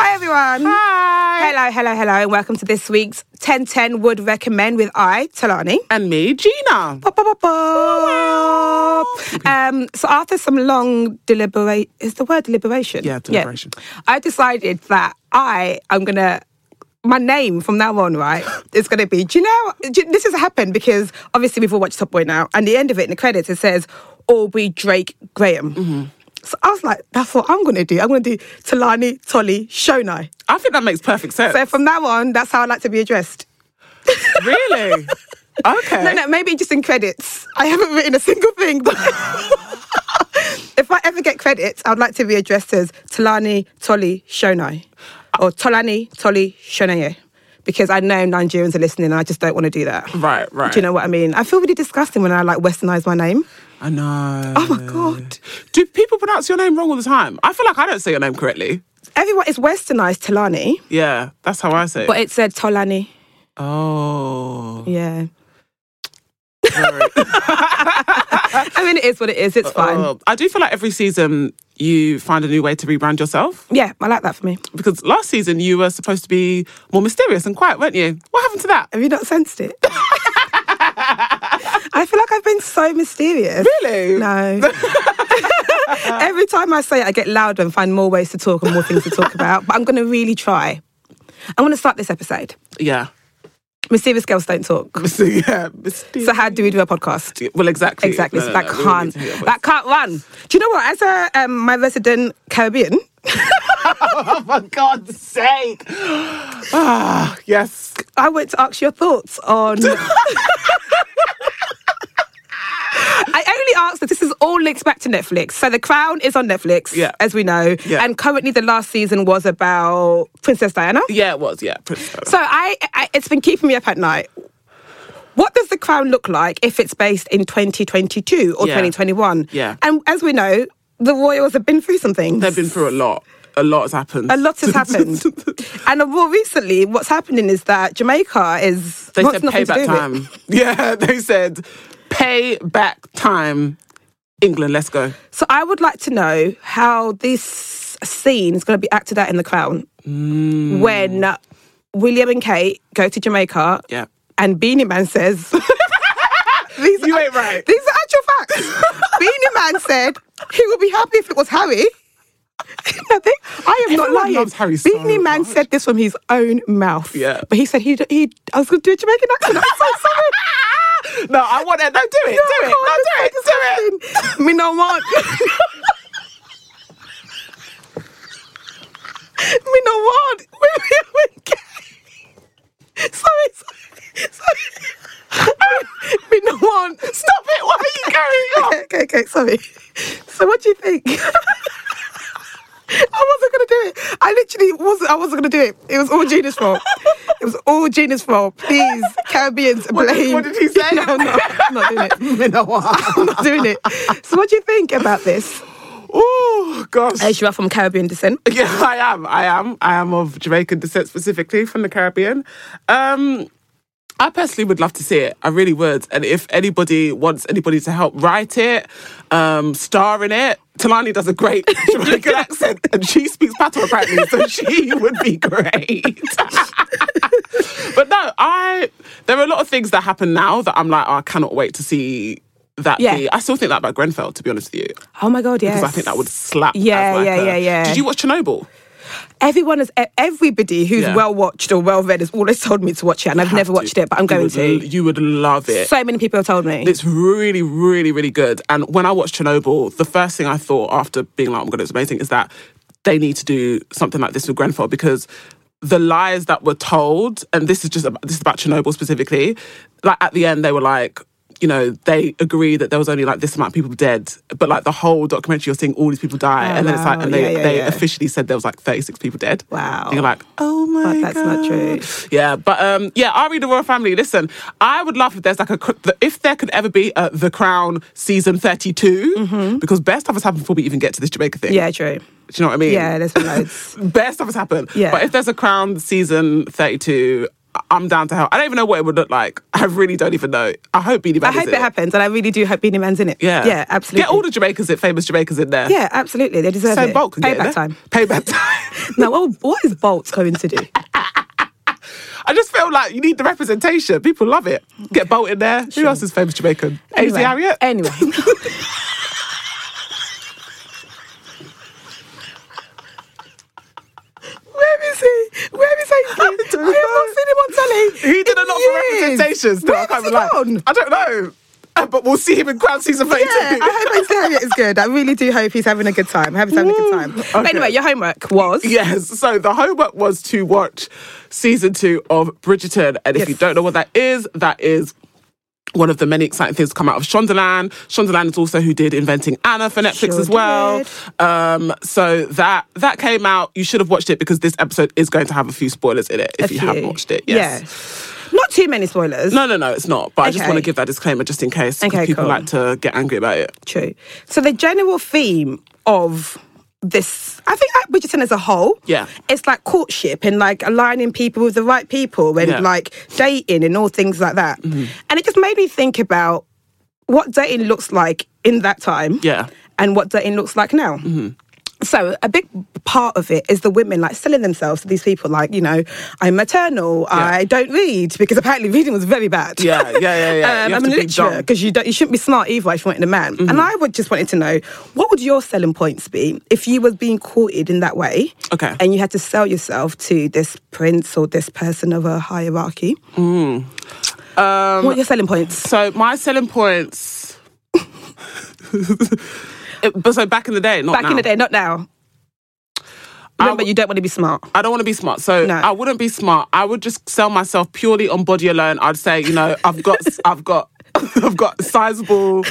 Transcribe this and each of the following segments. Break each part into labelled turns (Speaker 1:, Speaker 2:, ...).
Speaker 1: everyone.
Speaker 2: Hi.
Speaker 1: Hello, hello, hello, and welcome to this week's 1010 Would Recommend with I, Talani.
Speaker 2: And me, Gina.
Speaker 1: Bop, bop, bop, bop. Um, so after some long deliberate, is the word deliberation?
Speaker 2: Yeah, deliberation.
Speaker 1: I decided that I am gonna. My name from now on, right, is going to be. Do you know? do you- this has happened because obviously we've all watched Top Boy now, and the end of it in the credits it says Aubrey Drake Graham.
Speaker 2: Mm-hmm.
Speaker 1: So I was like, that's what I'm going to do. I'm going to do Talani Tolly Shonai.
Speaker 2: I think that makes perfect sense.
Speaker 1: So from now on, that's how I like to be addressed.
Speaker 2: really? Okay.
Speaker 1: No, no, maybe just in credits. I haven't written a single thing, but if I ever get credits, I'd like to be addressed as Tolani Tolly Shonai or Tolani Tolly Shonaye. Because I know Nigerians are listening and I just don't want to do that.
Speaker 2: Right, right.
Speaker 1: Do you know what I mean? I feel really disgusting when I like westernize my name.
Speaker 2: I know.
Speaker 1: Oh my God.
Speaker 2: Do people pronounce your name wrong all the time? I feel like I don't say your name correctly.
Speaker 1: Everyone is westernized Tolani,
Speaker 2: Yeah, that's how I say it.
Speaker 1: but it said Tolani.
Speaker 2: oh.
Speaker 1: Yeah.
Speaker 2: sorry.
Speaker 1: I mean, it is what it is. It's fine.
Speaker 2: Oh, I do feel like every season you find a new way to rebrand yourself
Speaker 1: Yeah, I like that for me.
Speaker 2: because last season you were supposed to be more mysterious and quiet, weren't you? What happened to that?
Speaker 1: Have you not sensed it? I feel like I've been so mysterious.
Speaker 2: Really?
Speaker 1: No. Every time I say it, I get louder and find more ways to talk and more things to talk about. But I'm going to really try. I'm going to start this episode.
Speaker 2: Yeah.
Speaker 1: Mysterious girls don't talk.
Speaker 2: So, yeah, mysterious.
Speaker 1: So how do we do a podcast?
Speaker 2: well, exactly.
Speaker 1: Exactly.
Speaker 2: No,
Speaker 1: so
Speaker 2: no,
Speaker 1: that
Speaker 2: no, we all
Speaker 1: can't.
Speaker 2: need to hear your
Speaker 1: That can't run. Do you know what? As a um, my resident Caribbean,
Speaker 2: Oh, for God's sake. Ah, yes.
Speaker 1: I want to ask your thoughts on. I only asked that this is all linked back to Netflix. So The Crown is on Netflix,
Speaker 2: Yeah.
Speaker 1: as we know.
Speaker 2: Yeah.
Speaker 1: And currently, the last season was about Princess Diana.
Speaker 2: Yeah, it was. Yeah. Prince Philip.
Speaker 1: So I, I, it's been keeping me up at night. What does The Crown look like if it's based in 2022 or
Speaker 2: Yeah.
Speaker 1: 2021?
Speaker 2: Yeah.
Speaker 1: And as we know, the royals have been through some things.
Speaker 2: They've been through a lot. A lot has happened.
Speaker 1: A lot has happened. and more recently, what's happening is that Jamaica is.
Speaker 2: They
Speaker 1: wants
Speaker 2: said
Speaker 1: nothing to do
Speaker 2: payback
Speaker 1: with it.
Speaker 2: time. Yeah, they said payback time. England, let's go.
Speaker 1: So I would like to know how this scene is going to be acted out in The Crown
Speaker 2: Mm.
Speaker 1: when William and Kate go to Jamaica
Speaker 2: Yeah.
Speaker 1: and Beanie Man says, these,
Speaker 2: You
Speaker 1: are-
Speaker 2: ain't right.
Speaker 1: These are actual facts. Beanie Man said he would be happy if it was Harry. Nothing. I am
Speaker 2: Everyone
Speaker 1: not lying.
Speaker 2: loves Harry so
Speaker 1: Beanie Man
Speaker 2: much.
Speaker 1: said this from his own mouth.
Speaker 2: Yeah.
Speaker 1: But he said he, he I was going to do a Jamaican accent. I'm so sorry.
Speaker 2: No, I want it. No, do it. do it. No, do it. Do
Speaker 1: it.
Speaker 2: it.
Speaker 1: Me no want. Me no want. We we we gay. Sorry, sorry, sorry. Me no want.
Speaker 2: Stop it. Why are you carrying on?
Speaker 1: Okay, okay, okay. Sorry. So, what do you think? I wasn't gonna do it. I literally wasn't. I wasn't gonna do it. It was all Gina's fault. It was all Gina's fault. Please, Caribbeans, blame.
Speaker 2: What did- what did he say?
Speaker 1: No, no, I'm not doing it. I'm not doing it. So, what do you think about this?
Speaker 2: Oh, gosh.
Speaker 1: As you are Uh, from Caribbean descent,
Speaker 2: Yeah, I am. I am. I am of Jamaican descent, specifically from the Caribbean. Um, I personally would love to see it. I really would. And if anybody wants anybody to help write it, um, star in it, Talani does a great Jamaican accent and she speaks Patois apparently, so she would be great. but no, I there are a lot of things that happen now that I'm like, oh, I cannot wait to see that
Speaker 1: Yeah.
Speaker 2: be. I still think that about Grenfell, to be honest with you.
Speaker 1: oh my god, yes.
Speaker 2: Because I think that would slap. as
Speaker 1: Yeah,
Speaker 2: like
Speaker 1: yeah,
Speaker 2: a-
Speaker 1: yeah, yeah.
Speaker 2: Did you watch Chernobyl?
Speaker 1: Everyone is e- everybody who's
Speaker 2: Yeah.
Speaker 1: well watched or well read has always told me to watch it, and I've
Speaker 2: have
Speaker 1: never
Speaker 2: to.
Speaker 1: watched it, but I'm
Speaker 2: You
Speaker 1: going
Speaker 2: would
Speaker 1: to.
Speaker 2: l- You would love it.
Speaker 1: So many people have told me.
Speaker 2: it's really, really, really good. And when I watched Chernobyl, the first thing I thought after being like, "Oh my god, it's amazing," is that they need to do something like this with Grenfell because the lies that were told, and this is just about, this is about Chernobyl specifically. Like at the end, they were like. You know, they agree that there was only like this amount of people dead, but like the whole documentary, you're seeing all these people die,
Speaker 1: Oh,
Speaker 2: and then it's like,
Speaker 1: wow.
Speaker 2: and they,
Speaker 1: Yeah, yeah,
Speaker 2: they
Speaker 1: yeah.
Speaker 2: officially said there was like 36 people dead.
Speaker 1: Wow.
Speaker 2: And you're like, oh my
Speaker 1: But that's not true.
Speaker 2: God. Yeah, but um, yeah, Ari the royal family. Listen, I would love if there's like a cr- the- if there could ever be a The Crown season 32 because bad stuff has happened before we even get to this Jamaica thing.
Speaker 1: Mm-hmm. yeah, true.
Speaker 2: do you know what I mean?
Speaker 1: Yeah, there's been loads.
Speaker 2: bad stuff has happened.
Speaker 1: Yeah.
Speaker 2: but if there's a Crown season 32. I'm down to help. I don't even know what it would look like. I really don't even know. I hope Beanie Man
Speaker 1: I
Speaker 2: is
Speaker 1: hope
Speaker 2: in
Speaker 1: it happens, and I really do hope Beanie Man's in it.
Speaker 2: Yeah.
Speaker 1: yeah, absolutely.
Speaker 2: Get all the Jamaicans in, famous Jamaicans in there.
Speaker 1: yeah, absolutely. They deserve
Speaker 2: So
Speaker 1: it.
Speaker 2: Bolt can get in
Speaker 1: Payback
Speaker 2: there.
Speaker 1: time.
Speaker 2: Payback time.
Speaker 1: Now, what, what is Bolt going to do?
Speaker 2: I just feel like you need the representation. People love it. Get Bolt in there. Who else is famous Jamaican?
Speaker 1: Anyway,
Speaker 2: AZ Harriet?
Speaker 1: Anyway. Where is he? Where is
Speaker 2: I
Speaker 1: Ainsley? I have
Speaker 2: don't know.
Speaker 1: not seen him on telly.
Speaker 2: He did
Speaker 1: in
Speaker 2: a lot
Speaker 1: years.
Speaker 2: for representations. No, I
Speaker 1: Where's
Speaker 2: can't
Speaker 1: he
Speaker 2: even lie.
Speaker 1: gone?
Speaker 2: I don't know. Uh, But we'll see him in Crown Season 32.
Speaker 1: Yeah, I hope Ainsley Harriet is good. I really do hope he's having a good time. I hope he's having a good time. But
Speaker 2: Mm, Okay.
Speaker 1: anyway, your homework was.
Speaker 2: Yes. So the homework was to watch season two of Bridgerton. And if
Speaker 1: Yes.
Speaker 2: you don't know what that is, that is one of the many exciting things to come out of Shondaland. Shondaland is also who did Inventing Anna for Netflix
Speaker 1: Sure
Speaker 2: as well.
Speaker 1: did.
Speaker 2: Um, so that that came out. You should have watched it because this episode is going to have a few spoilers in it if
Speaker 1: a
Speaker 2: you
Speaker 1: few.
Speaker 2: haven't watched it. Yes.
Speaker 1: Yeah. Not too many spoilers.
Speaker 2: No, no, no, it's not. But I just
Speaker 1: Okay.
Speaker 2: want to give that disclaimer just in case 'cause
Speaker 1: Okay,
Speaker 2: people
Speaker 1: cool.
Speaker 2: like to get angry about it.
Speaker 1: True. So the general theme of this, I think, like Bridgerton as a whole,
Speaker 2: Yeah.
Speaker 1: it's like courtship and like aligning people with the right people and
Speaker 2: Yeah. Mm-hmm.
Speaker 1: like dating and all things like that. And it just made me think about what dating looks like in that time,
Speaker 2: Yeah. Mm-hmm.
Speaker 1: and what dating looks like now. So a big part of it is the women like selling themselves to these people, like you know, I'm maternal, I don't read because apparently reading was very bad.
Speaker 2: Yeah, yeah, yeah, yeah. You have
Speaker 1: um, I'm
Speaker 2: to
Speaker 1: a
Speaker 2: be dumb. Mm-hmm.
Speaker 1: literature because you don't, you shouldn't be smart either if you wanted a man. And I would just wanted to know what would your selling points be if you was being courted in that way?
Speaker 2: Okay.
Speaker 1: and you had to sell yourself to this prince or this person of a hierarchy.
Speaker 2: Mm. Um,
Speaker 1: what are your selling points?
Speaker 2: So my selling points. It- but so back in the day, not
Speaker 1: Back in
Speaker 2: now.
Speaker 1: the day, not now.
Speaker 2: I
Speaker 1: Remember,
Speaker 2: w-
Speaker 1: you don't want to be smart.
Speaker 2: I don't want to be smart, so
Speaker 1: No.
Speaker 2: I wouldn't be smart. I would just sell myself purely on body alone. I'd say, you know, I've got, I've got, I've got sizable,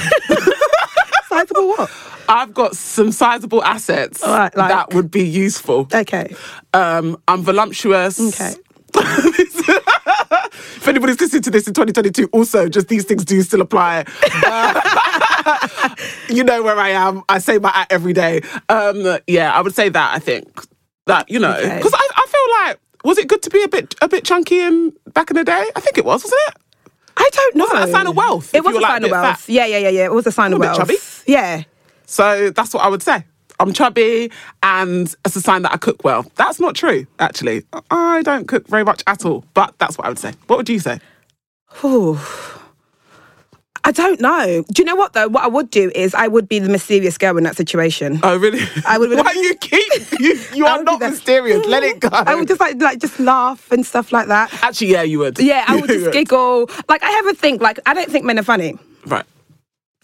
Speaker 1: Sizable what?
Speaker 2: I've got some sizable assets
Speaker 1: All right, like-
Speaker 2: that would be useful.
Speaker 1: Okay.
Speaker 2: Um, I'm voluptuous.
Speaker 1: Okay.
Speaker 2: if anybody's listening to this in 2022, also, just these things do still apply. Uh, you know where I am. I say my at every day. Um, yeah, I would say that, I think. That, you know,
Speaker 1: Okay.
Speaker 2: because I, I feel like, was it good to be a bit a bit chunky in, back in the day? I think it was, wasn't it?
Speaker 1: I don't know.
Speaker 2: Wasn't that a sign of wealth, if
Speaker 1: It
Speaker 2: you
Speaker 1: was
Speaker 2: were,
Speaker 1: a
Speaker 2: like, a
Speaker 1: sign
Speaker 2: bit
Speaker 1: of wealth.
Speaker 2: fat?
Speaker 1: Yeah, yeah, yeah, yeah. It was a sign of
Speaker 2: A bit
Speaker 1: wealth.
Speaker 2: chubby?
Speaker 1: Yeah.
Speaker 2: So that's what I would say. I'm chubby and it's a sign that I cook well. That's not true, actually. I don't cook very much at all, but that's what I would say. What would you say?
Speaker 1: Ooh. I don't know. Do you know what though? What I would do is I would be the mysterious girl in that situation.
Speaker 2: Oh, really?
Speaker 1: I would-
Speaker 2: Why you keep you? You
Speaker 1: I
Speaker 2: are
Speaker 1: would be
Speaker 2: not
Speaker 1: the-
Speaker 2: mysterious. Let it go.
Speaker 1: I would just like like just laugh and stuff like that.
Speaker 2: Actually, yeah, you would.
Speaker 1: Yeah, I would
Speaker 2: You
Speaker 1: just giggle. Like I have a think. Like I don't think men are funny.
Speaker 2: Right.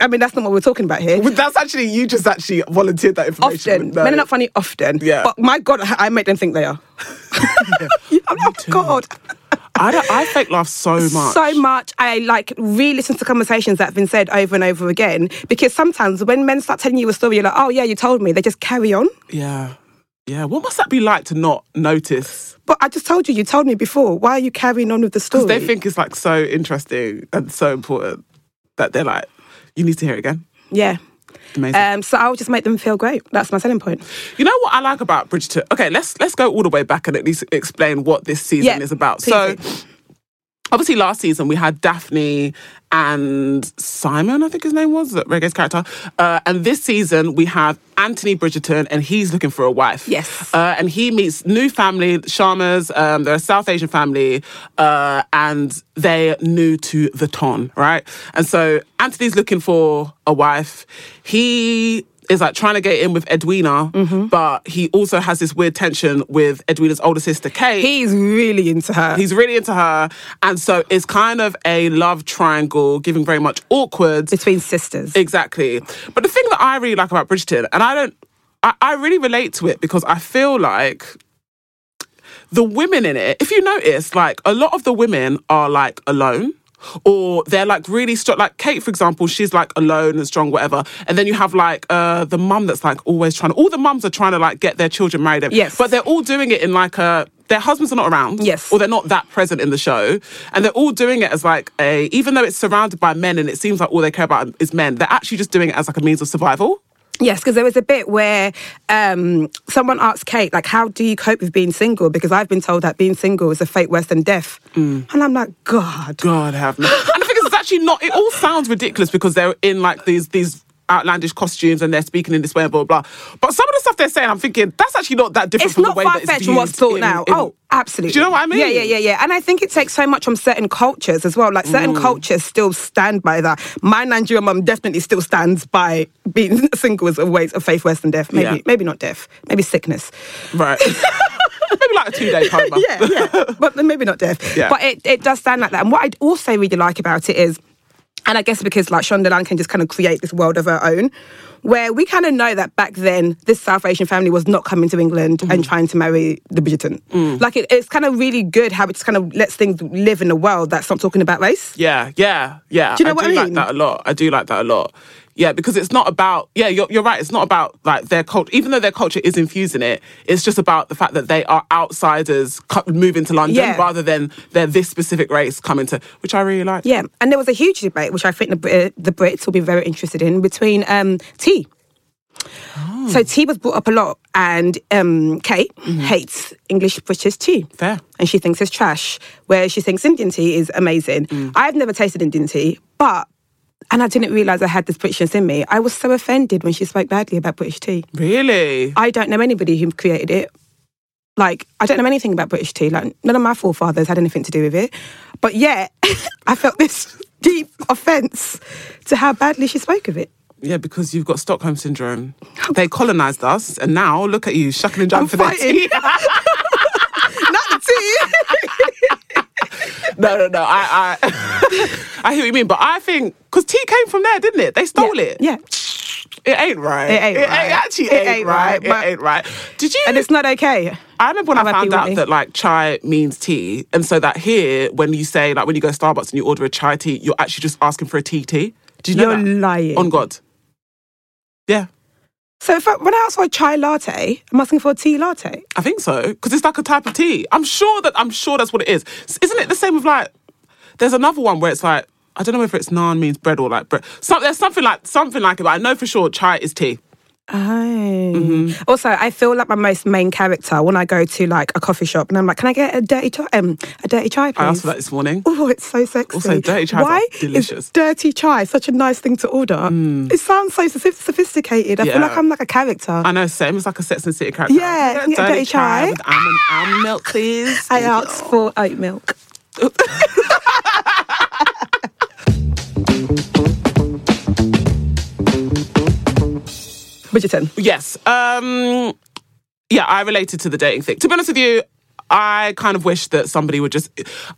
Speaker 1: I mean that's not what we're talking about here.
Speaker 2: But that's actually you just actually volunteered that information.
Speaker 1: Often
Speaker 2: No.
Speaker 1: men are not funny. Often.
Speaker 2: Yeah.
Speaker 1: But my God, I I make them think they are. oh my God.
Speaker 2: I don't, I fake laugh so much.
Speaker 1: So much. I like re-listen to conversations that have been said over and over again because sometimes when men start telling you a story, you're like, oh yeah, you told me. They just carry on.
Speaker 2: yeah, yeah. What must that be like to not notice?
Speaker 1: But I just told you, you told me before. Why are you carrying on with the story?
Speaker 2: They think it's like so interesting and so important that they're like, you need to hear it again.
Speaker 1: yeah.
Speaker 2: Amazing.
Speaker 1: Um, so I'll just make them feel great. That's my selling point.
Speaker 2: You know what I like about Bridgerton? Okay, let's let's go all the way back and at least explain what this season
Speaker 1: Yeah,
Speaker 2: is about.
Speaker 1: please
Speaker 2: so
Speaker 1: do.
Speaker 2: obviously last season we had Daphne and Simon, I think his name was, Reggae's character. Uh, and this season we have Anthony Bridgerton and he's looking for a wife.
Speaker 1: Yes.
Speaker 2: Uh, and he meets new family, Sharmas. Um, they're a South Asian family uh, and they're new to the ton, right? And so Anthony's looking for a wife. He is like trying to get in with Edwina, but he also has this weird tension with Edwina's older sister, Kate.
Speaker 1: He's really into her.
Speaker 2: He's really into her. And so it's kind of a love triangle, giving very much awkward.
Speaker 1: between sisters.
Speaker 2: Exactly. But the thing that I really like about Bridgerton, and I don't, I, I really relate to it because I feel like the women in it, if you notice, like a lot of the women are like alone. Or they're like really strong. Like Kate, for example, she's like alone and strong, whatever. And then you have like uh, the mum that's like always trying. to All the mums are trying to like get their children married. and-
Speaker 1: Yes.
Speaker 2: but they're all doing it in like a. Their husbands are not around.
Speaker 1: Yes.
Speaker 2: or they're not that present in the show, and they're all doing it as like a. Even though it's surrounded by men, and it seems like all they care about is men, they're actually just doing it as like a means of survival.
Speaker 1: Yes, because there was a bit where um, someone asked Kate, like, how do you cope with being single? Because I've been told that being single is a fate worse than death. And I'm like, God.
Speaker 2: God have no. And the thing is, it's actually not. It all sounds ridiculous because they're in like these these outlandish costumes and they're speaking in this way and blah blah. blah. But some of the stuff they're saying, I'm thinking that's actually not that different
Speaker 1: It's
Speaker 2: from
Speaker 1: not
Speaker 2: the way that
Speaker 1: far
Speaker 2: it's
Speaker 1: fetched from what's
Speaker 2: viewed
Speaker 1: taught
Speaker 2: in-
Speaker 1: now.
Speaker 2: in-
Speaker 1: oh, absolutely.
Speaker 2: Do you know what I mean?
Speaker 1: Yeah, yeah, yeah, yeah. And I think it takes so much from certain cultures as well. Like certain
Speaker 2: Mm.
Speaker 1: cultures still stand by that. My Nigerian mum definitely still stands by being single as a ways of faith worse than death. Maybe,
Speaker 2: Yeah.
Speaker 1: maybe not death. Maybe sickness.
Speaker 2: Right. Maybe like a two day coma.
Speaker 1: yeah, yeah. But then maybe not deaf.
Speaker 2: Yeah.
Speaker 1: But it, it does sound like that. And what I also really like about it is, and I guess because like Shondaland can just kind of create this world of her own, where we kind of know that back then this South Asian family was not coming to England and trying to marry the Bridgerton. Like it, it's kind of really good how it just kind of lets things live in a world that's not talking about race.
Speaker 2: Yeah, yeah, yeah.
Speaker 1: Do you know
Speaker 2: I
Speaker 1: what
Speaker 2: do
Speaker 1: I
Speaker 2: like
Speaker 1: mean?
Speaker 2: that a lot. I do like that a lot. Yeah, because it's not about yeah, you're you're right, it's not about like their culture even though their culture is infusing it, it's just about the fact that they are outsiders co- moving to London
Speaker 1: Yeah.
Speaker 2: rather than they're this specific race coming to which I really like.
Speaker 1: Yeah, and there was a huge debate, which I think the, Brit- uh, the Brits will be very interested in, between um, tea. So tea was brought up a lot, and um, Kate hates English British tea.
Speaker 2: Fair.
Speaker 1: And she thinks it's trash, whereas she thinks Indian tea is amazing. I've never tasted Indian tea, but, and I didn't realise I had this Britishness in me, I was so offended when she spoke badly about British tea.
Speaker 2: Really?
Speaker 1: I don't know anybody who created it. Like, I don't know anything about British tea. Like, none of my forefathers had anything to do with it. But yet, I felt this deep offence to how badly she spoke of it.
Speaker 2: Yeah, because you've got Stockholm syndrome. They colonized us and now look at you shucking and
Speaker 1: I'm
Speaker 2: jumping for their
Speaker 1: fighting.
Speaker 2: tea.
Speaker 1: Not the tea.
Speaker 2: No, no, no. I I I hear what you mean, but I think because tea came from there, didn't it? They stole
Speaker 1: yeah.
Speaker 2: it.
Speaker 1: Yeah.
Speaker 2: It ain't right.
Speaker 1: It ain't right.
Speaker 2: actually
Speaker 1: It
Speaker 2: ain't,
Speaker 1: ain't
Speaker 2: right.
Speaker 1: right, but-
Speaker 2: It ain't right. Did you?
Speaker 1: And it's not okay.
Speaker 2: I remember when
Speaker 1: I'm
Speaker 2: I
Speaker 1: happy
Speaker 2: found
Speaker 1: with
Speaker 2: out
Speaker 1: it.
Speaker 2: that like chai means tea, and so that here, when you say like when you go to Starbucks and you order a chai tea, you're actually just asking for a tea tea. Do you know
Speaker 1: You're
Speaker 2: that?
Speaker 1: lying.
Speaker 2: On God. Yeah,
Speaker 1: So if I, when I ask for a chai latte, I'm asking for a tea latte.
Speaker 2: I think so because it's like a type of tea. I'm sure that I'm sure that's what it is. S- Isn't it the same with like? There's another one where it's like I don't know whether it's naan means bread or like bread. Some, there's something like something like it, but I know for sure chai is tea.
Speaker 1: Oh. Mm-hmm. Also, I feel like my most main character when I go to like a coffee shop and I'm like, "Can I get a dirty chai? Um, a dirty chai, please?"
Speaker 2: I asked for that this morning.
Speaker 1: Oh, it's so sexy.
Speaker 2: Also, dirty chives are
Speaker 1: Why
Speaker 2: delicious. Mm.
Speaker 1: is dirty chai such a nice thing to order? It sounds so sophi- sophisticated. I
Speaker 2: Yeah.
Speaker 1: feel like I'm like a character.
Speaker 2: I know, same. It's like a Sex and the City character.
Speaker 1: Yeah,
Speaker 2: Get a
Speaker 1: yeah,
Speaker 2: dirty,
Speaker 1: dirty
Speaker 2: chai.
Speaker 1: chai.
Speaker 2: with almond, almond milk, please.
Speaker 1: I asked for oat milk. Bridgerton.
Speaker 2: Yes. Um, yeah, I related to the dating thing. To be honest with you, I kind of wish that somebody would just.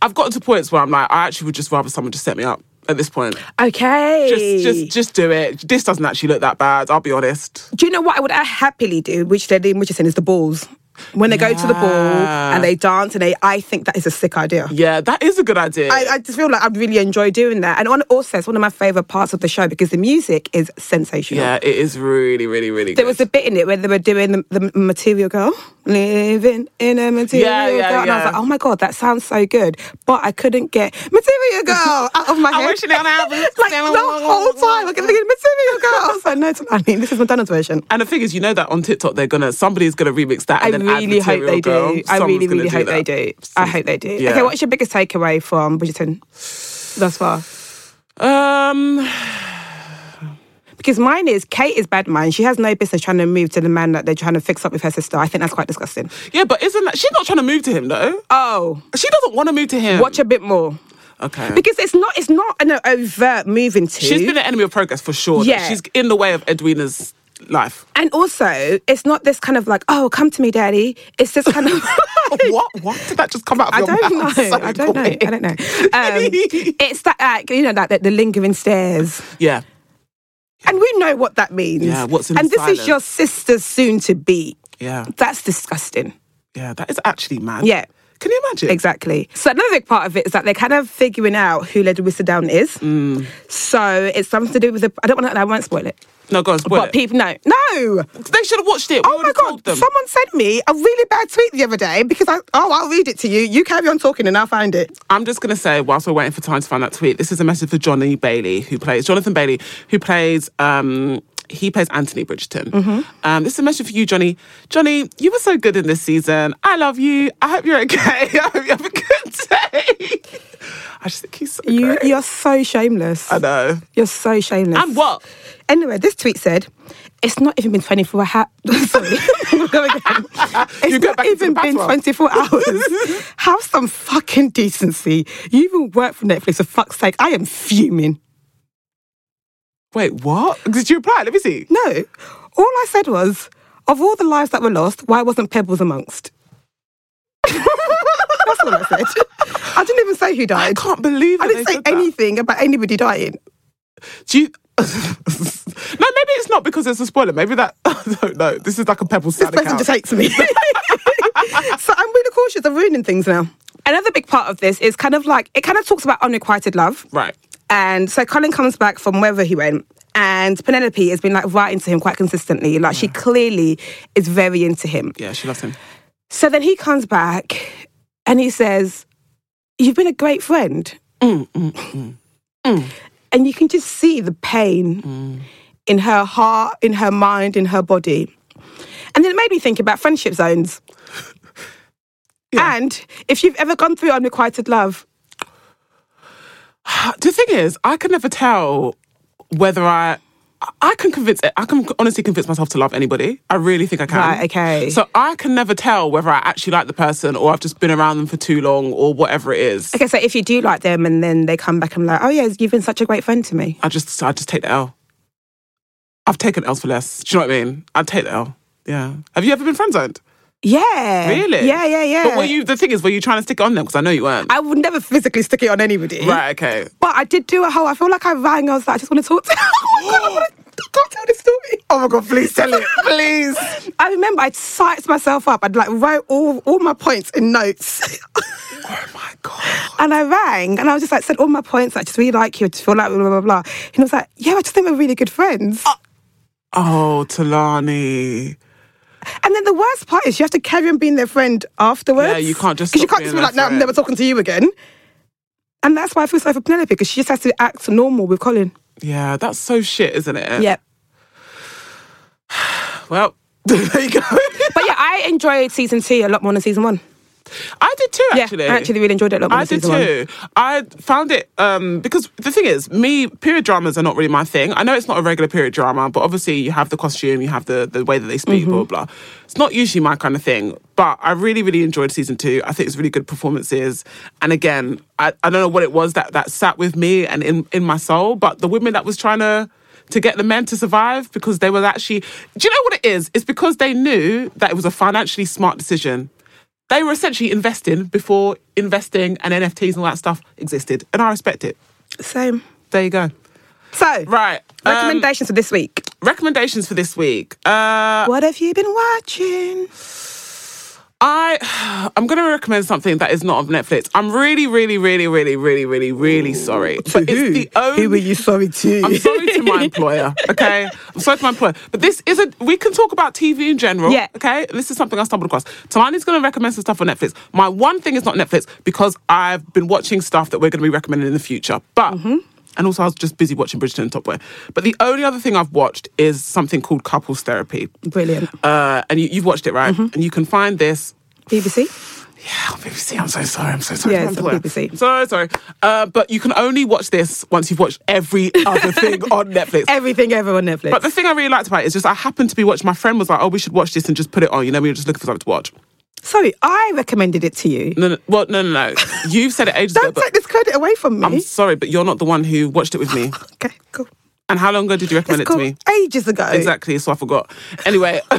Speaker 2: I've gotten to points where I'm like, I actually would just rather someone just set me up at this point.
Speaker 1: Okay.
Speaker 2: Just, just, just do it. This doesn't actually look that bad. I'll be honest.
Speaker 1: Do you know what I would happily do, which they did in Richardson, is the balls. When they go to the ball
Speaker 2: Yeah.
Speaker 1: and they dance and they, I think that is a sick idea.
Speaker 2: Yeah, that is a good idea.
Speaker 1: I, I just feel like I really enjoy doing that. And on, also, it's one of my favourite parts of the show because the music is sensational.
Speaker 2: yeah, it is really, really, really
Speaker 1: There
Speaker 2: good.
Speaker 1: was a bit in it where they were doing the, the material girl, living in a material
Speaker 2: Yeah, yeah,
Speaker 1: girl. And I was
Speaker 2: yeah.
Speaker 1: like, oh my God, that sounds so good. But I couldn't get material girl out of my
Speaker 2: I
Speaker 1: head.
Speaker 2: wish it on album.
Speaker 1: like the whole time, I kept thinking material girl. I was like, no, it's not. I mean, this is Madonna's version.
Speaker 2: And the thing is, you know that on TikTok they're gonna somebody's gonna remix that.
Speaker 1: I
Speaker 2: And then add
Speaker 1: really hope
Speaker 2: Material
Speaker 1: they
Speaker 2: Girl.
Speaker 1: do. I
Speaker 2: Someone's
Speaker 1: really,
Speaker 2: gonna
Speaker 1: really
Speaker 2: do
Speaker 1: hope they
Speaker 2: that.
Speaker 1: do. I hope they do.
Speaker 2: Yeah.
Speaker 1: Okay, what's your biggest takeaway from Bridgerton thus far?
Speaker 2: Um,
Speaker 1: Because mine is Kate is bad mind. She has no business trying to move to the man that they're trying to fix up with her sister. I think that's quite disgusting.
Speaker 2: yeah, but isn't that she's not trying to move to him though?
Speaker 1: Oh,
Speaker 2: She doesn't want to move to him.
Speaker 1: watch a bit more.
Speaker 2: Okay.
Speaker 1: Because it's not it's not an overt moving to.
Speaker 2: she's been an enemy of progress for sure. though.
Speaker 1: Yeah.
Speaker 2: She's in the way of Edwina's life.
Speaker 1: and also, it's not this kind of like, oh, come to me, daddy. It's this kind of.
Speaker 2: what? What did that just come out of
Speaker 1: I
Speaker 2: your
Speaker 1: don't know.
Speaker 2: mouth? So
Speaker 1: I don't know. I
Speaker 2: quick.
Speaker 1: don't know. Um, it's that, like, you know, that, that the lingering stares.
Speaker 2: Yeah.
Speaker 1: And we know what that means.
Speaker 2: Yeah, what's in
Speaker 1: And
Speaker 2: the
Speaker 1: this is your sister's soon to be.
Speaker 2: Yeah.
Speaker 1: That's disgusting.
Speaker 2: Yeah. That is actually mad.
Speaker 1: Yeah.
Speaker 2: Can you imagine?
Speaker 1: Exactly. So another big part of it is that they're kind of figuring out who Lady Whistledown Down is. So it's something to do with the. I don't want to. I won't spoil it.
Speaker 2: No, go on. Mm. Spoil
Speaker 1: but
Speaker 2: it.
Speaker 1: people no, no.
Speaker 2: they should have watched it. We
Speaker 1: Oh
Speaker 2: would
Speaker 1: my
Speaker 2: have
Speaker 1: god!
Speaker 2: told them.
Speaker 1: Someone sent me a really bad tweet the other day because I. Oh, I'll read it to you. You carry on talking and I'll find it.
Speaker 2: I'm just going to say, whilst we're waiting for time to find that tweet, this is a message for Johnny Bailey, who plays Jonathan Bailey, who plays um, He plays Anthony Bridgerton.
Speaker 1: Mm-hmm.
Speaker 2: Um, this is a message for you, Johnny. Johnny, you were so good in this season. I love you. I hope you're okay. I hope you have a good day. I just think he's so
Speaker 1: You,
Speaker 2: great.
Speaker 1: you're so shameless.
Speaker 2: I know.
Speaker 1: You're so shameless.
Speaker 2: And what?
Speaker 1: Anyway, this tweet said, "It's not even been 24 hours." Sorry, go again. It's
Speaker 2: You go
Speaker 1: not
Speaker 2: back into
Speaker 1: even
Speaker 2: the
Speaker 1: been
Speaker 2: battle.
Speaker 1: 24 hours. Have some fucking decency. You even work for Netflix. For fuck's sake, I am fuming.
Speaker 2: Wait, what? Did you reply? Let me see.
Speaker 1: No, all I said was, of all the lives that were lost, why wasn't Pebbles amongst? That's all I said. I didn't even say who
Speaker 2: I
Speaker 1: died.
Speaker 2: can't believe
Speaker 1: I
Speaker 2: that
Speaker 1: didn't
Speaker 2: they
Speaker 1: say
Speaker 2: said that.
Speaker 1: anything about anybody dying.
Speaker 2: Do you? no, maybe it's not because it's a spoiler. Maybe that. I don't know. This is like a pebble
Speaker 1: this
Speaker 2: sound
Speaker 1: person
Speaker 2: account.
Speaker 1: just hates me. so I'm really cautious of ruining things now. Another big part of this is kind of like it kind of talks about unrequited love.
Speaker 2: right.
Speaker 1: And so Colin comes back from wherever he went, and Penelope has been like writing to him quite consistently. Like she clearly is very into him.
Speaker 2: Yeah, she loves him.
Speaker 1: So then he comes back and he says, You've been a great friend.
Speaker 2: Mm,
Speaker 1: And you can just see the pain
Speaker 2: Mm.
Speaker 1: in her heart, in her mind, in her body. And then it made me think about friendship zones. And if you've ever gone through unrequited love,
Speaker 2: Uh, The thing is, I can never tell whether I. I can convince. I can honestly convince myself to love anybody. I really think I can.
Speaker 1: Right, okay.
Speaker 2: So I can never tell whether I actually like the person or I've just been around them for too long or whatever it is.
Speaker 1: okay, so if you do like them and then they come back and like, oh yeah, you've been such a great friend to me.
Speaker 2: I just, I just take the L. I've taken L's for less. Do you know what I mean? I'd take the L. Yeah. Have you ever been friend zoned?
Speaker 1: Yeah.
Speaker 2: Really?
Speaker 1: Yeah, yeah, yeah.
Speaker 2: But were you? The thing is, were you trying to stick it on them? Because I know you weren't.
Speaker 1: I would never physically stick it on anybody.
Speaker 2: right. Okay.
Speaker 1: But I did do a whole. I feel like I rang. I was like, I just want to talk to. oh my god, I, want to, I can't tell this story.
Speaker 2: Oh my god! Please tell it, please.
Speaker 1: I remember I'd psyched myself up. I'd like wrote all all my points in notes,
Speaker 2: oh my god!
Speaker 1: and I rang, and I was just like said all my points. I just really like you. I just feel like blah blah blah. blah. And I was like, yeah, I just think we're really good friends.
Speaker 2: Uh. Oh, Talani.
Speaker 1: and then the worst part is you have to carry on being their friend afterwards.
Speaker 2: Yeah, you can't just
Speaker 1: 'Cause you
Speaker 2: stop
Speaker 1: can't just be
Speaker 2: being
Speaker 1: like,
Speaker 2: their
Speaker 1: no, I'm
Speaker 2: friend.
Speaker 1: never talking to you again. And that's why I feel sorry for Penelope because she just has to act normal with Colin.
Speaker 2: Yeah, that's so shit, isn't it?
Speaker 1: Yep.
Speaker 2: Well, there you go.
Speaker 1: But yeah, I enjoyed season two a lot more than season one.
Speaker 2: I did too,
Speaker 1: Yeah,
Speaker 2: actually.
Speaker 1: I actually really enjoyed it a lot more
Speaker 2: I
Speaker 1: than
Speaker 2: did
Speaker 1: season one.
Speaker 2: too. I found it um, because the thing is, me period dramas are not really my thing. I know it's not a regular period drama, but obviously you have the costume, you have the the way that they speak,
Speaker 1: Mm-hmm.
Speaker 2: blah blah. blah. It's not usually my kind of thing, but I really really enjoyed season two. I think it's really good performances, and again, I, I don't know what it was that that sat with me and in in my soul, but the women that was trying to to get the men to survive because they were actually. Do you know what it is? It's because they knew that it was a financially smart decision. They were essentially investing before investing and NFTs and all that stuff existed, and I respect it.
Speaker 1: Same.
Speaker 2: There you go.
Speaker 1: So,
Speaker 2: Right. um,
Speaker 1: recommendations for this week.
Speaker 2: recommendations for this week. Uh,
Speaker 1: What have you been watching?
Speaker 2: I I'm gonna recommend something that is not on Netflix. I'm really, really, really, really, really, really, really sorry. But it's the only
Speaker 1: you sorry to?
Speaker 2: I'm sorry to my employer, okay? I'm sorry to my employer. But this isn't, we can talk about TV in general,
Speaker 1: Yeah.
Speaker 2: okay? This is something I stumbled across. Talani's going to recommend some stuff on Netflix. My one thing is not Netflix because I've been watching stuff that we're going to be recommending in the future. But,
Speaker 1: Mm-hmm.
Speaker 2: and also I was just busy watching Bridgerton and Top Boy. But the only other thing I've watched is something called Couples Therapy.
Speaker 1: Brilliant.
Speaker 2: Uh, and you, you've watched it, right?
Speaker 1: Mm-hmm.
Speaker 2: And you can find this
Speaker 1: BBC?
Speaker 2: yeah, on BBC. I'm so sorry. I'm so sorry.
Speaker 1: Yeah,
Speaker 2: I'm
Speaker 1: it's on
Speaker 2: sorry.
Speaker 1: BBC.
Speaker 2: Sorry, sorry. Uh, but you can only watch this once you've watched every other thing on Netflix.
Speaker 1: Everything ever on Netflix.
Speaker 2: But the thing I really liked about it is just I happened to be watching. My friend was like, "Oh, we should watch this and just put it on." You know, we were just looking for something to watch.
Speaker 1: sorry, I recommended it to you.
Speaker 2: No, no, well, no, no, no. You've said it ages ago.
Speaker 1: Don't
Speaker 2: But
Speaker 1: take this credit away from me.
Speaker 2: I'm sorry, but you're not the one who watched it with me.
Speaker 1: okay, cool.
Speaker 2: And how long ago did you recommend
Speaker 1: It's
Speaker 2: it
Speaker 1: cool.
Speaker 2: to me?
Speaker 1: Ages ago.
Speaker 2: Exactly. So I forgot. Anyway,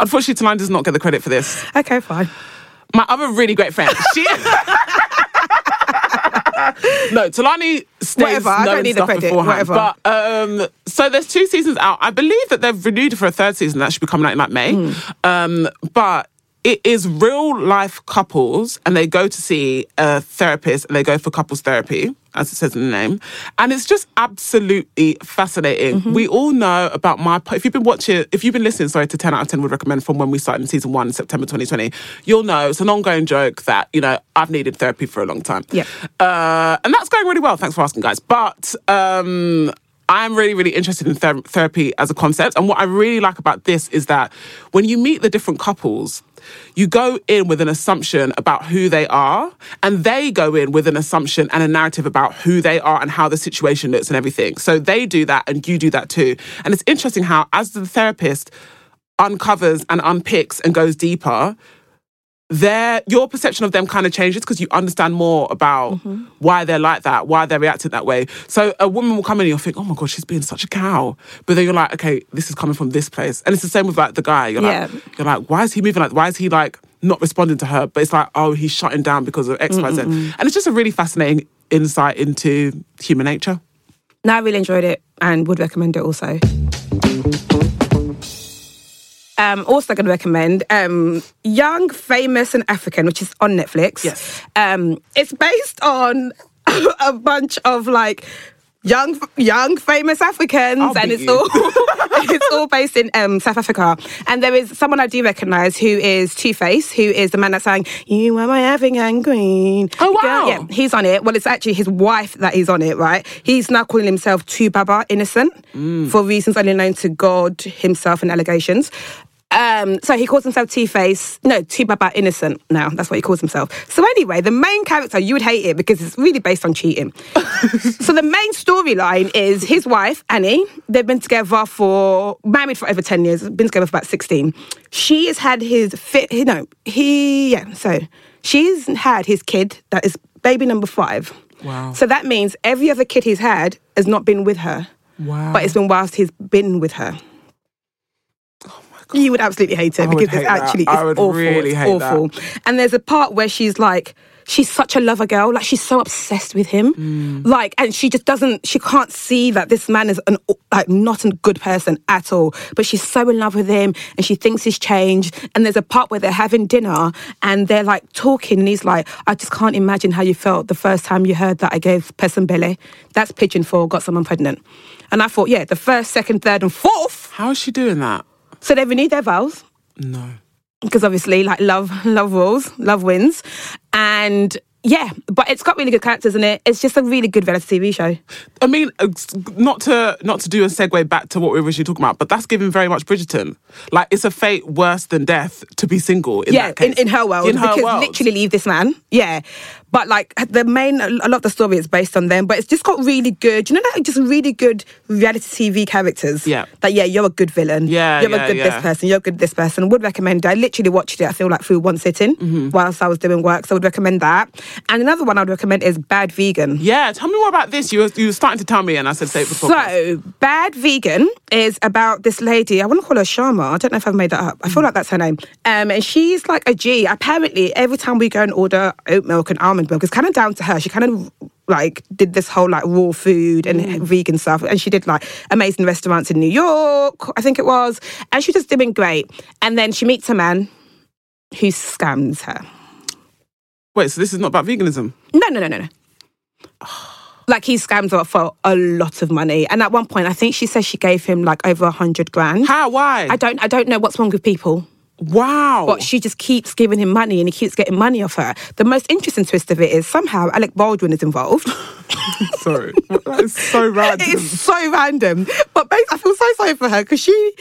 Speaker 2: unfortunately, Talani does not get the credit for this.
Speaker 1: Okay, fine.
Speaker 2: my other really great friend. She. no, Talani stays
Speaker 1: Whatever, I don't
Speaker 2: knowing
Speaker 1: need the
Speaker 2: stuff
Speaker 1: credit,
Speaker 2: beforehand.
Speaker 1: whatever.
Speaker 2: But um, so there's two seasons out. I believe that they've renewed for a third season that should be coming out in like May. Um, but it is real life couples, and they go to see a therapist, and they go for couples therapy, as it says in the name. And it's just absolutely fascinating. We all know about my. If you've been watching, if you've been listening, sorry, to ten out of ten would recommend from when we started in season one, in September 2020. You'll know it's an ongoing joke that you know I've needed therapy for a long time.
Speaker 1: Yep.
Speaker 2: Uh, and that's going really well. Thanks for asking, guys. But um, I'm really, really interested in ther- therapy as a concept. And what I really like about this is that when you meet the different couples, you go in with an assumption about who they are, and they go in with an assumption and a narrative about who they are and how the situation looks and everything. So they do that, and you do that too. And it's interesting how, as the therapist uncovers and unpicks and goes deeper, their your perception of them kind of changes because you understand more about
Speaker 1: Mm-hmm.
Speaker 2: why they're like that, why they're reacting that way. So a woman will come in and you'll think, oh my god, she's being such a cow. But then you're like, okay, this is coming from this place, and it's the same with like the guy. You're like,
Speaker 1: Yeah.
Speaker 2: you're like, why is he moving like? Why is he like not responding to her? But it's like, oh, he's shutting down because of X, Y, Z. And it's just a really fascinating insight into human nature.
Speaker 1: No, I really enjoyed it and would recommend it also. Um, also going to recommend um, Young, Famous and African, which is on Netflix.
Speaker 2: Yes.
Speaker 1: Um, it's based on a bunch of like young, young, famous Africans,
Speaker 2: I'll
Speaker 1: and
Speaker 2: beat
Speaker 1: it's
Speaker 2: you.
Speaker 1: all it's all based in um, South Africa. And there is someone I do recognise who is Two Face, who is the man that sang "You Are My African Queen."
Speaker 2: Oh,
Speaker 1: Girl,
Speaker 2: wow.
Speaker 1: yeah, he's on it. Well, it's actually his wife that is on it, right? He's now calling himself Two Baba Innocent
Speaker 2: Mm.
Speaker 1: for reasons only known to God himself and allegations. Um, so he calls himself Two Face, no, Two Baba Innocent now. That's what he calls himself. So anyway, the main character, you would hate it because it's really based on cheating. so the main storyline is his wife, Annie, they've been together for, married for over 10 years, been together for about 16. She has had his, fit, no, he, yeah, so she's had his kid that is baby number five.
Speaker 2: Wow.
Speaker 1: So that means every other kid he's had has not been with her,
Speaker 2: Wow.
Speaker 1: but it's been whilst he's been with her. You would absolutely hate it
Speaker 2: would
Speaker 1: because
Speaker 2: hate
Speaker 1: it's
Speaker 2: that.
Speaker 1: actually it's
Speaker 2: I would
Speaker 1: awful.
Speaker 2: really
Speaker 1: it's
Speaker 2: hate that.
Speaker 1: awful. And there's a part where she's like, she's such a lover girl, like she's so obsessed with him,
Speaker 2: Mm.
Speaker 1: like, and she just doesn't, she can't see that this man is an like not a good person at all. But she's so in love with him, and she thinks he's changed. And there's a part where they're having dinner, and they're like talking, and he's like, I just can't imagine how you felt the first time you heard that I gave Pesembele. That's pigeon for got someone pregnant. And I thought, yeah, the first, second, third, and fourth.
Speaker 2: How is she doing that?
Speaker 1: So they renewed their vows
Speaker 2: No.
Speaker 1: because obviously like love love rules love wins and yeah but it's got really good characters in it it's just a really good reality tv show
Speaker 2: I mean, uh, s- not to not to do a segue back to what we were originally talking about, but that's giving very much Bridgerton. Like it's a fate worse than death to be single. In
Speaker 1: yeah
Speaker 2: that
Speaker 1: in,
Speaker 2: case.
Speaker 1: in her world
Speaker 2: In her
Speaker 1: because
Speaker 2: world.
Speaker 1: literally leave this man yeah but like the main a lot of the story is based on them but it's just got really good you know like just really good reality tv characters
Speaker 2: Yeah.
Speaker 1: that yeah you're a good villain
Speaker 2: Yeah,
Speaker 1: you're
Speaker 2: yeah,
Speaker 1: a good
Speaker 2: yeah.
Speaker 1: this person you're a good this person would recommend it. i literally watched it i feel like through one sitting
Speaker 2: Mm-hmm.
Speaker 1: whilst i was doing work so i would recommend that and another one i'd recommend is bad vegan
Speaker 2: Yeah, tell me more about this. You were, you were starting to tell me, and I said, "Say it before." Chris."
Speaker 1: So, Bad Vegan is about this lady. I want to call her Sharma. I don't know if I've made that up. I feel like that's her name. Um, and she's like a G. Apparently, every time we go and order oat milk and almond milk, it's kind of down to her. She kind of like did this whole like raw food and vegan stuff, and she did like amazing restaurants in New York, I think it was, and she was just doing great. And then she meets a man who scams her.
Speaker 2: Wait, so this is not about veganism?
Speaker 1: No, no, no, no, no. Like he scams her for a lot of money, and at one point, I think she says she gave him like over a hundred grand.
Speaker 2: How? Why?
Speaker 1: I don't, I don't know what's wrong with people,
Speaker 2: wow.
Speaker 1: but she just keeps giving him money, and he keeps getting money off her. The most interesting twist of it is somehow Alec Baldwin is involved.
Speaker 2: Sorry, that is so random.
Speaker 1: It's so random. But bas I feel so sorry for her because she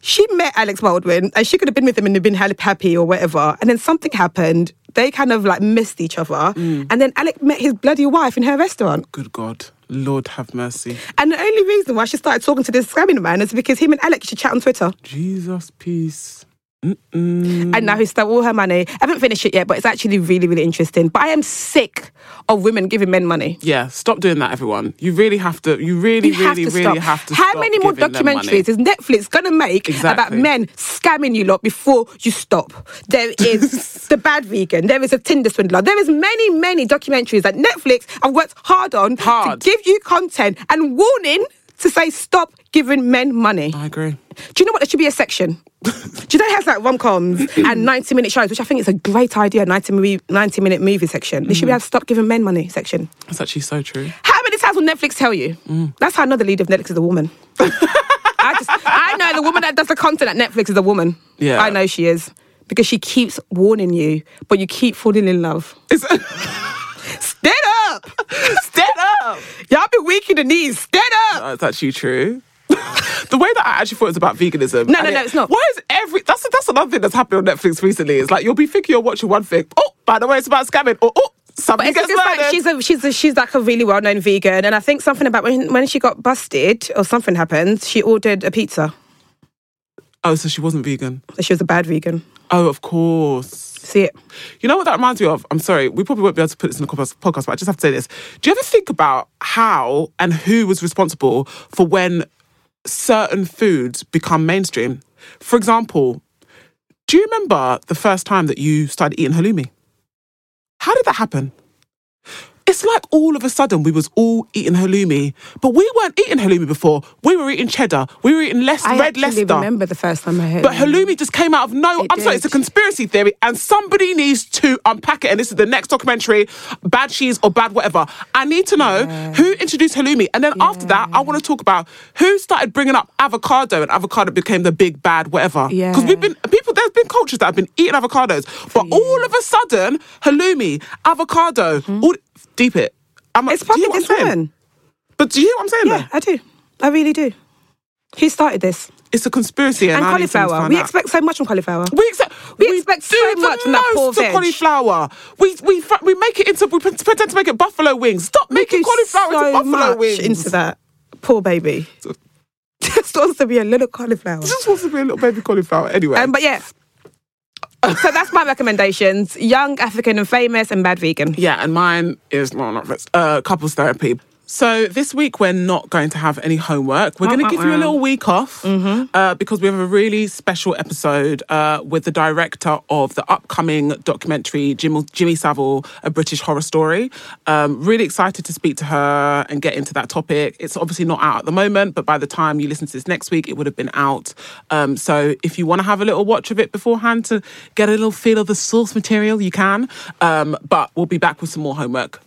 Speaker 1: she met Alex Baldwin and she could have been with him and been hella happy or whatever. And then something happened. They kind of like missed each other. And then Alec met his bloody wife in her restaurant.
Speaker 2: Good God, Lord have mercy,
Speaker 1: And the only reason why she started talking to this scamming man is because him and Alec used to chat on Twitter.
Speaker 2: Jesus, peace. Mm.
Speaker 1: And now he stole all her money. I haven't finished it yet, but it's actually really, really interesting. But I am sick of women giving men money.
Speaker 2: Yeah, stop doing that, everyone. You really have to. You really,
Speaker 1: You have
Speaker 2: really,
Speaker 1: to stop.
Speaker 2: really have to.
Speaker 1: How
Speaker 2: stop
Speaker 1: many more
Speaker 2: giving them money.
Speaker 1: documentaries is Netflix going to make about
Speaker 2: Exactly.
Speaker 1: men scamming you lot before you stop? There is The Bad Vegan. There is A Tinder Swindler. There is many, many documentaries that Netflix have worked hard on
Speaker 2: Hard.
Speaker 1: to give you content and warning to say stop giving men money.
Speaker 2: I agree.
Speaker 1: Do you know what? There should be a section. Do you know it has like rom coms and 90 minute shows, which I think is a great idea 90, movie, 90 minute movie section. They should have Stop Giving Men Money section.
Speaker 2: That's actually so true.
Speaker 1: How many times will Netflix tell you? That's how I know the lead of Netflix is a woman. I just, I know the woman that does the content at Netflix is a woman.
Speaker 2: Yeah.
Speaker 1: I know she is because she keeps warning you, but you keep falling in love.
Speaker 2: It's-
Speaker 1: Stand up!
Speaker 2: Stand up.
Speaker 1: Y'all been weak in the knees. Stand up!
Speaker 2: that's actually true. the way that I actually thought it was about veganism.
Speaker 1: No, no,
Speaker 2: and
Speaker 1: no,
Speaker 2: it-
Speaker 1: it's not.
Speaker 2: Why is every that's that's another thing that's happened on Netflix recently? It's like you'll be thinking you're watching one thing. Oh, by the way, it's about scamming. Or oh,
Speaker 1: But
Speaker 2: something
Speaker 1: it's
Speaker 2: gets
Speaker 1: because like
Speaker 2: murdered.
Speaker 1: she's a she's a, she's like a really well known vegan, and I think something about when when she got busted or something happened, she ordered a pizza.
Speaker 2: oh, so she wasn't vegan.
Speaker 1: So she was a bad vegan.
Speaker 2: Oh, of course.
Speaker 1: See it?
Speaker 2: You know what that reminds me of? I'm sorry, we probably won't be able to put this in the podcast, podcast, but I just have to say this. Do you ever think about how and who was responsible for when certain foods become mainstream? For example, do you remember the first time that you started eating halloumi? How did that happen? It's like all of a sudden we was all eating halloumi, but we weren't eating halloumi before. We were eating cheddar. We were eating less
Speaker 1: I
Speaker 2: red
Speaker 1: actually
Speaker 2: Leicester.
Speaker 1: remember the first time I heard.
Speaker 2: But
Speaker 1: it.
Speaker 2: halloumi just came out of no.
Speaker 1: It
Speaker 2: I'm sorry, it's a
Speaker 1: did.
Speaker 2: conspiracy theory, and somebody needs to unpack it. And this is the next documentary, bad cheese or bad whatever. I need to know who introduced halloumi, and then after that, I want to talk about who started bringing up avocado, and avocado became the big bad whatever.
Speaker 1: Yeah.
Speaker 2: because we've been people. There's been cultures that have been eating avocados, but all of a sudden, halloumi, avocado, all deep it. I'm,
Speaker 1: Mm-hmm. it's
Speaker 2: do
Speaker 1: probably
Speaker 2: you hear
Speaker 1: this
Speaker 2: what I'm saying?
Speaker 1: woman.
Speaker 2: But do you hear what I'm saying?
Speaker 1: Yeah,
Speaker 2: there?
Speaker 1: I do. I really do. Who started this?
Speaker 2: It's a conspiracy,
Speaker 1: And
Speaker 2: and, I need someone to
Speaker 1: cauliflower.
Speaker 2: find
Speaker 1: We
Speaker 2: out.
Speaker 1: expect so much from cauliflower.
Speaker 2: We expect
Speaker 1: We expect so
Speaker 2: do the
Speaker 1: much from that poor
Speaker 2: most to
Speaker 1: veg.
Speaker 2: cauliflower. We we fa- we make it into we pre- pretend to make it buffalo wings. Stop
Speaker 1: We
Speaker 2: making
Speaker 1: do
Speaker 2: cauliflower
Speaker 1: so
Speaker 2: into buffalo
Speaker 1: much
Speaker 2: wings.
Speaker 1: into that. Poor baby. Just wants to be a little cauliflower.
Speaker 2: just wants to be a little baby cauliflower anyway.
Speaker 1: Um, but yeah. so that's my recommendations: young, African, and famous, and bad vegan.
Speaker 2: yeah, and mine is well, not that's, uh, couples therapy. So this week we're not going to have any homework. We're
Speaker 1: Wah,
Speaker 2: going to
Speaker 1: wah,
Speaker 2: give you a
Speaker 1: wah. Mm-hmm.
Speaker 2: little week off uh, because we have a really special episode uh, with the director of the upcoming documentary Jimmy, Jimmy Savile, a British horror story. Um, really excited to speak to her and get into that topic. It's obviously not out at the moment, but by the time you listen to this next week, it would have been out. Um, so if you want to have a little watch of it beforehand to get a little feel of the source material, you can. Um, but we'll be back with some more homework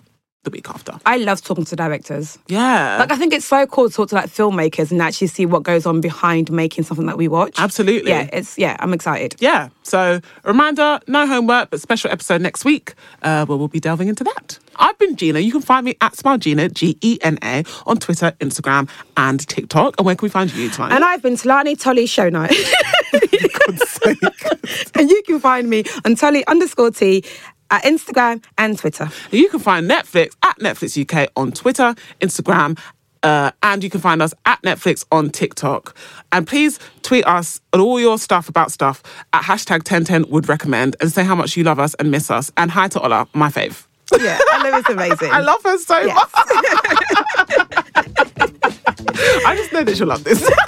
Speaker 2: the week after.
Speaker 1: I love talking to directors.
Speaker 2: Yeah.
Speaker 1: Like I think it's so cool to talk to like filmmakers and actually see what goes on behind making something that we watch.
Speaker 2: Absolutely.
Speaker 1: Yeah, it's yeah, I'm excited.
Speaker 2: yeah. So, a reminder no homework, but special episode next week uh, where we'll be delving into that. I've been Gina. You can find me at Smile Gina, G E N A, on Twitter, Instagram, and TikTok. And where can we find you, Tanya?
Speaker 1: And I've been Talani Tolly Show Night. and you can find me on Tolly underscore T at Instagram and Twitter.
Speaker 2: And You can find Netflix at Netflix UK on Twitter, Instagram, uh, and you can find us at Netflix on TikTok. And please tweet us and all your stuff about stuff at hashtag 1010 would recommend and say how much you love us and miss us. And hi to Ola, my fave.
Speaker 1: Yeah, I know it's amazing.
Speaker 2: I love her so
Speaker 1: Yes.
Speaker 2: much. I just know that she'll love this.